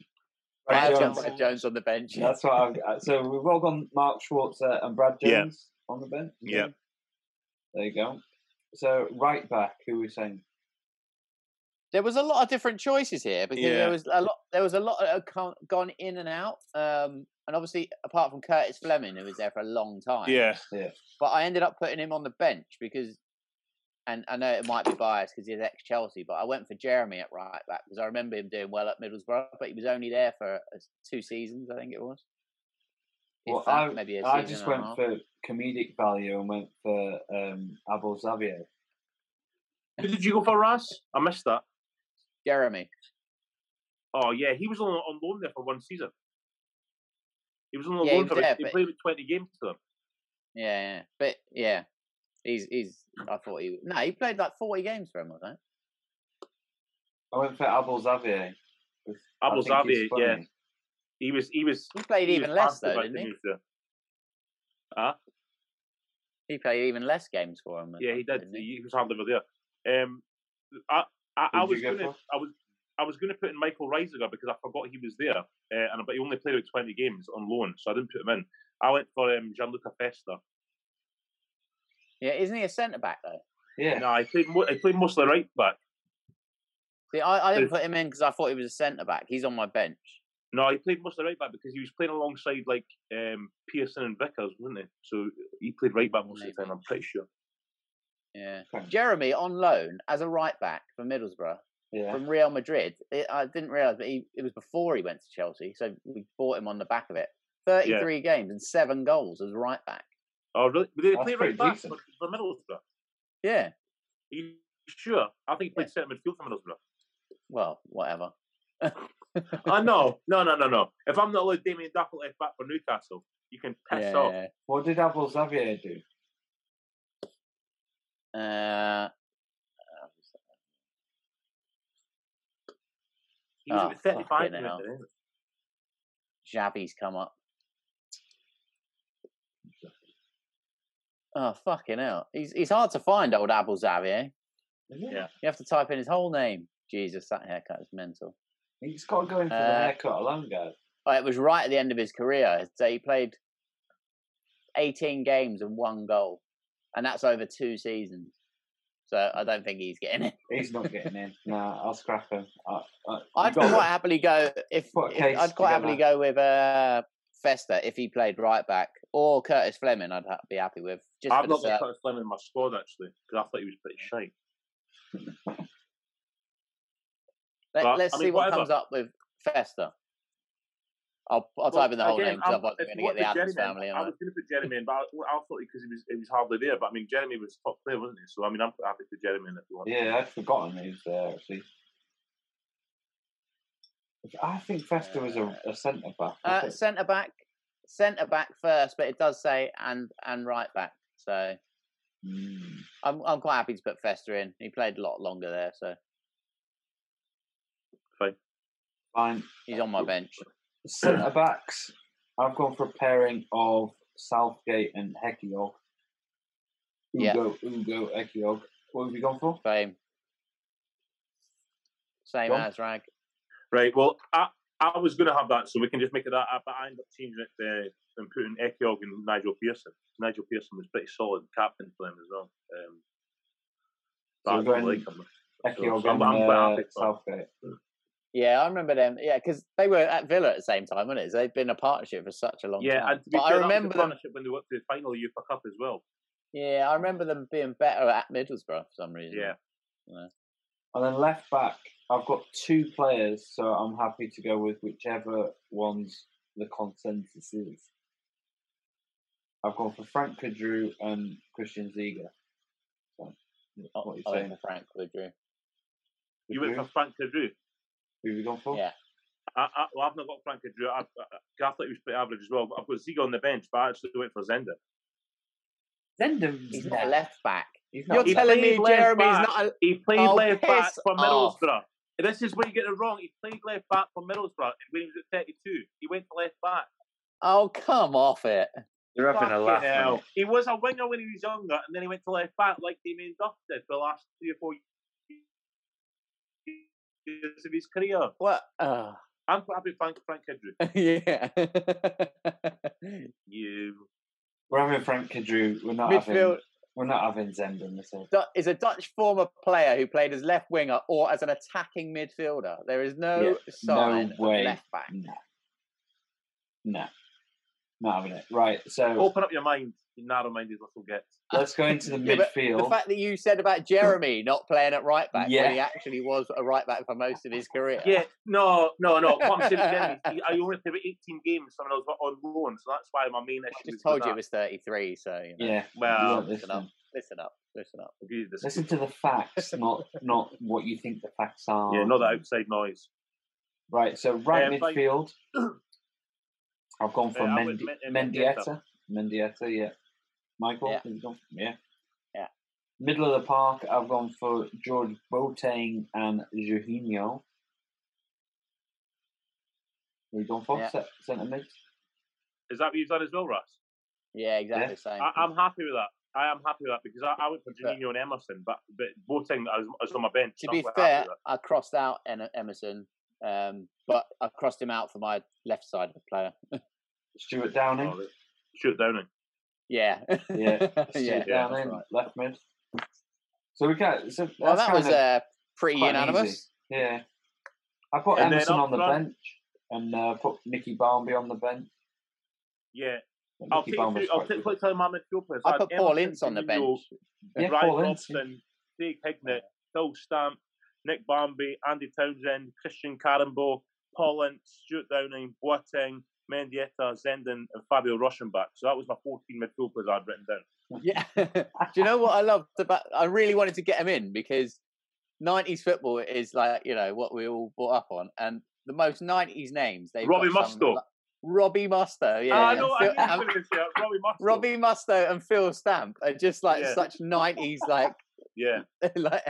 Brad
have
Jones.
got Brad Jones on the bench.
(laughs) That's what uh, I've got. So we've all gone Mark Schwarzer and Brad
Yeah.
Jones on the bench.
Yeah.
There you go. So right back, who are we saying?
(laughs) There was a lot of different choices here because
Yeah.
there was a lot. There was a lot that had come- gone in and out, um, and obviously apart from Curtis Fleming, who was there for a long time.
Yeah,
But I ended up putting him on the bench because, and I know it might be biased because he's ex Chelsea, but I went for Jeremy at right back because I remember him doing well at Middlesbrough, but he was only there for uh, two seasons, I think it was. If
Well,
that,
I-
maybe a
I
season
just
and a
went
half.
for comedic value and went for um, Abel Xavier.
who did you go for, Ras? I missed that.
Jeremy.
Oh yeah, he was on, on loan there for one season. He was on
Yeah, he was
loan for
there,
he
but-
played with twenty games to them.
Yeah, yeah. but yeah, he's he's. I thought he no, he played like forty games for him, wasn't it?
I went for Abel Xavier. I
Abel
think
Xavier,
he's
yeah,
funny.
he was he was
He played
he
even
was
less
past
though,
about
didn't
to
he?
move there.
He played even less games for him.
Yeah, he did.
didn't
He was hard over there. Um, I I, I
Who'd
was
you go
gonna
for?
I was I was gonna put in Michael Reisiger because I forgot he was there, uh, and but he only played like twenty games on loan, so I didn't put him in. I went for um, Gianluca Festa.
Yeah, isn't he a centre back though?
Yeah.
No, I played mo- I played mostly right back.
See, I, I didn't
Who?
put him in because I thought he was a centre back. He's on my bench.
No, he played mostly right back because he was playing alongside like um, Pearson and Vickers, wasn't he? So he played right back most of the time. I'm pretty sure.
Yeah,
Okay.
Jeremy on loan as a right back for Middlesbrough
Yeah.
from Real Madrid. It, I didn't realise, but he, it was before he went to Chelsea, so we bought him on the back of it. Thirty-three games and seven goals as right back.
Oh, really? But Did he
That's
play
pretty
right back
decent.
for, for Middlesbrough? Are
Yeah,
you sure? I think he played centre midfield for Middlesbrough.
well, whatever.
oh no, no, no, no, no. If I'm not allowed Damien Duffel left back for Newcastle, you can piss off.
Yeah.
What did Abel Xavier do?
Uh,
He was
Oh,
about 35
fucking
when he
hell.
went there,
Xavi's come up. Oh fucking hell! He's he's hard to find, old Abel Xavier.
Yeah.
You have to type in his whole name. Jesus, that haircut is mental.
He's got to go in for the
Uh,
haircut alone, guys.
Oh, it was right at the end of his career. So he played 18 games and one goal, and that's over two seasons. So I don't think he's getting it.
He's not getting in. (laughs) Nah, I'll scrap him. Uh, I, I,
I'd
got
quite happily go if,
Put a
if-
case
I'd quite
together.
happily go with uh, Festa if he played right back or Curtis Fleming. I'd ha- be happy with just
I'm
for the
not going to
cert.
put Fleming in my squad actually because I thought he was pretty shite. but,
Let, us
I
see
mean,
what
whatever.
comes up with Festa. I'll, I'll
Well,
type in the whole
again,
name because
I'm-
I'm not
if
going to
you want
get the Adams
Jeremy in,
family.
I
am I?
was going to put Jeremy in, but I, I thought because he was he was hardly there. But I mean, Jeremy was top player, wasn't he? So I mean, I'm quite happy to put Jeremy in if you want.
Yeah, I'd forgotten he was there actually. I think Festa was a, a centre back. I
Uh,
think.
centre back, centre back first, but it does say and and right back. So
Mm.
I'm I'm quite happy to put Fester in. He played a lot longer there, so
Fine.
he's on my bench.
Centre backs. I've gone for a pairing of Southgate and Hekiog.
Yeah.
Ugo, Ugo, Hekiog. What have you gone for?
Same, same
Go on.
as Rag.
Right. Well, I I was going to have that, so we can just make it that. But I ended up changing it uh, and putting Ekiog and Nigel Pearson. Nigel Pearson was pretty solid captain for them as well. Um, but
So
I
going
don't like him.
Hekiog
so I'm-
and
I'm quite
uh,
happy for-
Southgate.
Yeah, I remember them. Yeah, because they were at Villa at the same time, wasn't it? So they've been a partnership for such a long
Yeah,
time.
and to be
But I
fair, that was a
remember them.
partnership when they went to the final UEFA Cup as well.
Yeah, I remember them being better at Middlesbrough for some reason.
Yeah.
And then left back, I've got two players, so I'm happy to go with whichever ones the consensus is. I've gone for Frank Drew and Christian Ziga. So,
I,
what are you
I went
saying?
for Frank Woodrow.
You went
Drew?
for Frank de Drew.
Who have you gone for?
Yeah.
I, I, well, I've not got Frank Drew. I, I, I thought he was pretty average as well. I've got Ziga on the bench, but I actually went for Zenda.
Zendon.
He's not a left back.
He's
You're
not a left.
telling me
played left
Jeremy's
back.
not a
He played
Oh,
left back
piss
for
off.
Middlesbrough. This is where you get it wrong. He played left back for Middlesbrough when he was at 32. He went to left back.
Oh, come off it.
You're having a
Fucking
laugh.
hell.
mate.
He was a winger when he was younger, and then he went to left back like Damien Duff did for the last three or four years of his career.
What? Oh,
I'm quite happy with Frank, Frank Hidry.
(laughs) yeah.
You.
We're having Frank Drew. We're not having
Midfield
We're not having Zenden this all.
Du- is a Dutch former player who played as left winger or as an attacking midfielder. There is no
Yeah,
sign
way.
of left back.
No. No. Not having it. Right,
Oh,
so
Open up your mind, you narrow-minded little git.
let's go into the
(laughs) Yeah, but The
midfield.
fact that you said about Jeremy not playing at right back
Yeah.
when he actually was a right back for most of his career.
Yeah, no, no, no. What I'm saying is,
(laughs)
then, he- I only played 18 games when I was on loan, so that's why my main
I
issue
just
is
told
with
you it
that.
was 33, so you know,
Yeah.
Well,
you won't
listen up.
listen.
listen up, listen up.
Agree with this.
Listen to the facts, not not what you think the facts are.
Yeah, not that outside noise.
Right, so right
Um, like-
midfield. I've gone for
Uh, I
Mendi-
went Men-
Mendieta. Mendieta, yeah. Michael,
Yeah.
you've gone- yeah.
Yeah.
Middle of the park, I've gone for George Boateng and Jorginho. What you gone for?
Yeah.
Se- Centre mid?
Is that what you've done as well, Russ?
Yeah, exactly the same.
I, I'm happy with that. I am happy with that because I, I went for
To be fair-
Janino and Emerson, but but voting I was, I was on my bench.
to
and
be
I'm quite
fair,
happy with
I crossed out En- Emerson, um, but I crossed him out for my left side of the player.
Stuart
that.
Downing?
Oh, right. Stuart Downing.
Yeah, (laughs)
Yeah, Stuart
Oh. yeah.
yeah,
Downing,
right.
left mid. So we got. So
Well,
that's
that
kind
was
of-
uh, pretty
quite an easy-
unanimous.
Yeah. I put
And then
Emerson
up
on the
front-
bench and uh, put Nicky Barmby on the bench.
Yeah,
But
I'll
Nicky
take you
Barmby's
through. I'll
quite
take
good.
quick time my midfield players.
I
had
put Paul
Emerson,
Ince on the
Janino,
bench.
Yeah,
Ryan
Paul Ince, yeah.
Robson, Craig Hignett, Phil Stamp, Nick Barmby, Andy Townsend, Christian Carambo, Paul Ince, Stuart Downing, Boateng, Mendieta, Zenden, and Fabio Rauschenbach. So that was my 14 midfield players I'd written down.
Yeah. Do you know what I loved about? I really wanted to get him in because '90s football is like you know what we all brought up on, and the most '90s names they
Robbie Musto.
Robbie Musto, yeah,
ah,
and
no,
Phil- and
I knew you were going to Robbie Musto.
Robbie Musto and Phil Stamp are just like
Yeah.
such '90s like (laughs)
Yeah. (laughs)
like.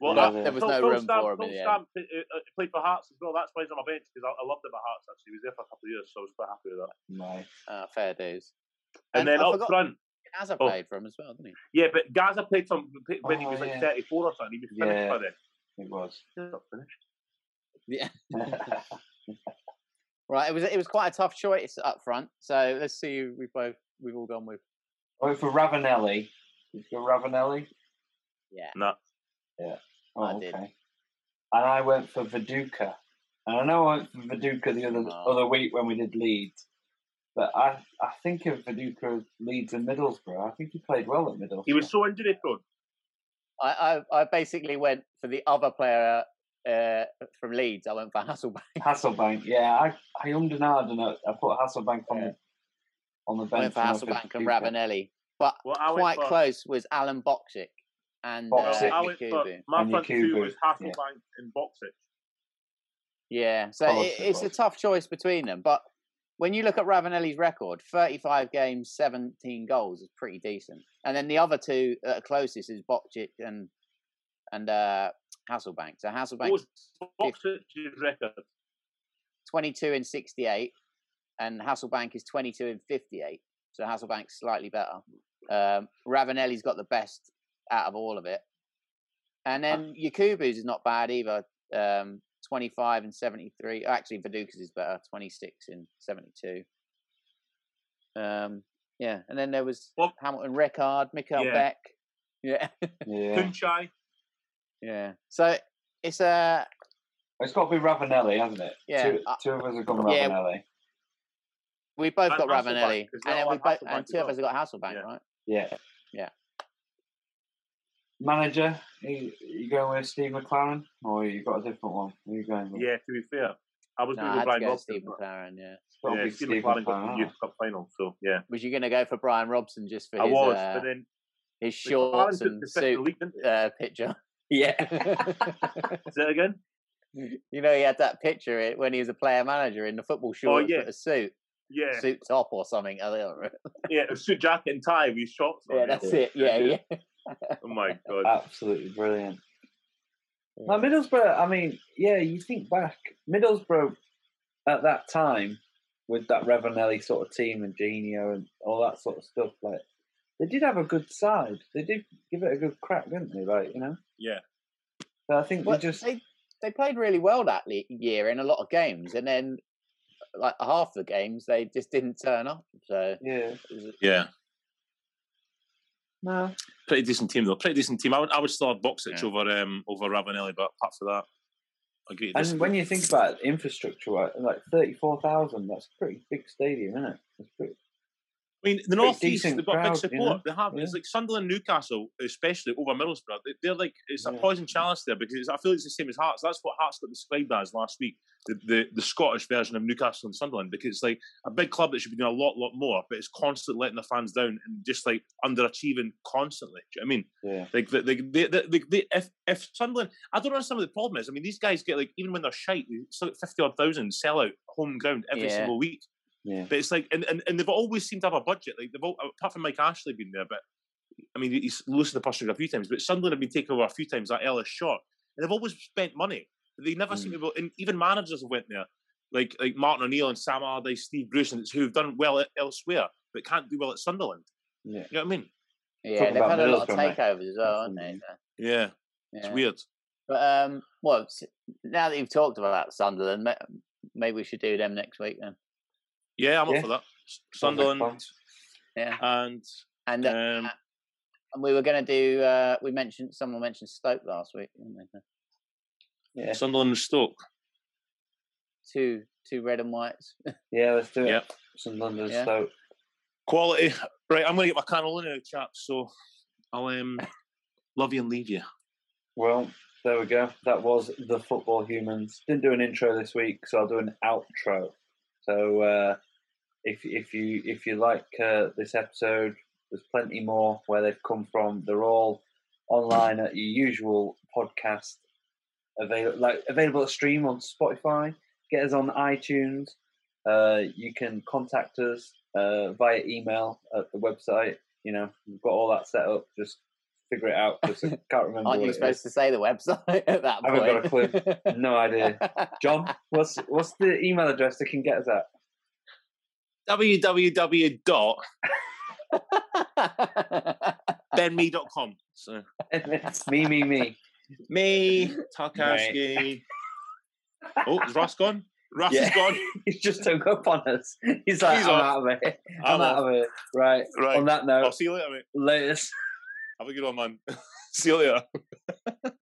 Well,
Yeah,
I-
there
was no room for him in the end.
Stamp uh, uh, played for Hearts as well. That's why he's on my bench because I, I loved him at Hearts. Actually, he was there for a couple of years, so I was quite happy with that.
Nice.
Ah, fair dues.
And, then
I
up
forgot
front,
Gaza
oh.
played for him as well, didn't he?
yeah, but Gaza played some played when he
Oh,
was like
yeah.
34 or something. He was finished
Yeah.
by then.
It was.
He's not finished.
(laughs) Right, it was it was quite a tough choice up front. So let's see who we both we've all gone with.
(laughs)
Oh,
I went Oh, for Ravenelli. Did you go Ravenelli?
Yeah,
No.
Oh,
I did.
okay. And I went for Viduka. And I know I went for Viduka the other
Oh.
other week when we did Leeds. But I, I think of Viduka as Leeds and Middlesbrough. I think he played well at Middlesbrough.
He was so injury prone.
I I, I basically went for the other player uh, from Leeds. I went for (laughs) Hasselbank.
Hasselbank, yeah. I, I ummed and ahed and I, I put Hasselbank on,
Yeah.
the, on the
I
bench.
went for
and I put
Hasselbank and
Viduka.
Ravanelli, but
Well, I
quite
went for, uh,
close was Alan Boxic and uh,
Boxic.
I went for
Yakubu.
my
And
front two
Yakubu,
was
yeah.
Hasselbank and Boxic.
Yeah, so it,
Boxic
it's a
was.
tough choice between them. But when you look at Ravanelli's record, thirty-five games, seventeen goals is pretty decent. And then the other two that are closest is Boxic and and uh, Hasselbank. So
What
Hasselbank
was Boxic's record?
twenty-two in sixty-eight, and Hasselbank is twenty-two in fifty-eight. So Hasselbank's slightly better. Um, Ravanelli's got the best out of all of it, and then Yakubu's is not bad either. Um, twenty-five and seventy-three. Actually, Vidukas is better. Twenty-six and seventy-two. Um, yeah, and then there was
Well-
Hamilton Rickard, Mikael
Yeah.
Beck. Yeah,
Yeah.
Kunchai.
(laughs) yeah. So it's uh, a
It's got to be Ravenelli, hasn't it?
Yeah,
Two,
I-
two of us have gone
Yeah.
Ravenelli.
we both
And
got
Hasselbank,
Ravanelli,
'cause
and
now
then
I
we
have
both
Hasselbank
and
as
two of
well.
us have got Hasselbank,
Yeah.
right?
Yeah.
Yeah.
Manager, you, you going with Steve McLaren or you got a different one? Who you going with?
Yeah, to be fair, I was
No,
going
I had to
to go Brian
go with
Robson.
Steve McLaren. Yeah,
It's gotta
Yeah,
be
Steve McLaren got to the
McLaren.
Youth Cup final, so yeah.
was you going to go for Brian Robson just for
I
his
was,
uh,
but then
his
the Clan
shorts
took
and
the fifth
suit
league, didn't
uh, picture? (laughs) Yeah,
they? Is that again?
you know he had that picture i- when he was a player manager in the football shorts
Oh, yeah.
but a suit,
Yeah,
suit top or something. I don't remember.
yeah, it was suit jacket and tie with shorts. on,
Yeah, that's it.
(laughs)
Yeah, yeah.
Oh my god.
Absolutely brilliant. Now Middlesbrough, I mean, yeah, you think back, Middlesbrough at that time with that Ravenelli sort of team and Genio and all that sort of stuff, like they did have a good side. They did give it a good crack, didn't they? Like you know.
Yeah.
But I think
Well,
they just
they they played really well that le- year in a lot of games, and then like half the games they just didn't turn up. So
yeah.
it was-
Yeah.
No.
Pretty decent team though. Pretty decent team. I would, I would still have Boxic
Yeah.
over um, over Ravanelli, but apart from that, I agree.
And when you think about infrastructure, right, like thirty-four thousand—that's a pretty big stadium, isn't it? That's pretty.
I mean, the North East,
decent
they've got big
crowd, you
support.
know?
They have. It's
Yeah.
like Sunderland, Newcastle, especially over Middlesbrough. they- They're like it's a
Yeah.
poison chalice there because it's, I feel it's the same as Hearts. That's what Hearts got described as last week. The, the the Scottish version of Newcastle and Sunderland because it's like a big club that should be doing a lot lot more, but it's constantly letting the fans down and just like underachieving constantly. Do you know what I mean?
Yeah.
Like they, they, they, they, they, they- if if Sunderland, I don't understand what the problem is. I mean, these guys get like even when they're shite, they still get fifty odd thousand sell out home ground every
Yeah.
single week.
Yeah.
But it's like, and, and, and they've always seemed to have a budget. Like they've all, apart from Mike Ashley being there, but I mean, he's loosened the purse strings a few times. But Sunderland have been taken over a few times. That Ellis short, and they've always spent money. They never
Mm.
seem to. Be, and even managers have went there, like like Martin O'Neill and Sam Allardyce, Steve Bruce, and it's who've done well e- elsewhere, but can't do well at Sunderland.
Yeah.
You know what I mean?
Yeah,
Talking
they've
about
had a lot of
Middlesbrough, mate.
takeovers as well, haven't they?
Yeah,
Yeah.
it's weird.
But um, well, s- now that you've talked about Sunderland, ma- maybe we should do them next week then.
Yeah, I'm
Yeah.
up for that. S- Sunderland
Yeah,
and
and uh,
um,
and we were going to do. Uh, we mentioned someone mentioned Stoke last week. Didn't they?
Yeah.
Sunderland and Stoke.
Two two red and whites.
Yeah, let's do it.
Yep.
Some London
Yeah.
Stoke.
Quality, right? I'm going to get my cannellini out, chaps. So
(laughs)
I'll um, love you and leave you.
Well, there we go. That was the football humans. Didn't do an intro this week, so I'll do an outro. So uh, if if you if you like uh, this episode, there's plenty more where they've come from. They're all online at your usual podcast available like available to stream on Spotify. Get us on iTunes. Uh, you can contact us uh, via email at the website. You know, we've got all that set up. Just figure it out. Just I can't remember. what
Aren't
it
you
is.
supposed to say the website (laughs) at that
I
point?
haven't got a No idea. John, what's what's the email address they can get us at?
www.benme.com.
(laughs)
So
(laughs) me, me, me.
me, Takashi. (laughs) Oh, is Russ gone? Russ is
Yeah.
gone.
He's just took up on us. He's like,
He's
I'm
off.
out of it. (laughs) I'm,
I'm
out
off.
of it. Right.
Right.
On that
I'll
note,
see you later, mate.
latest.
(laughs) Have a good one, man. see you later.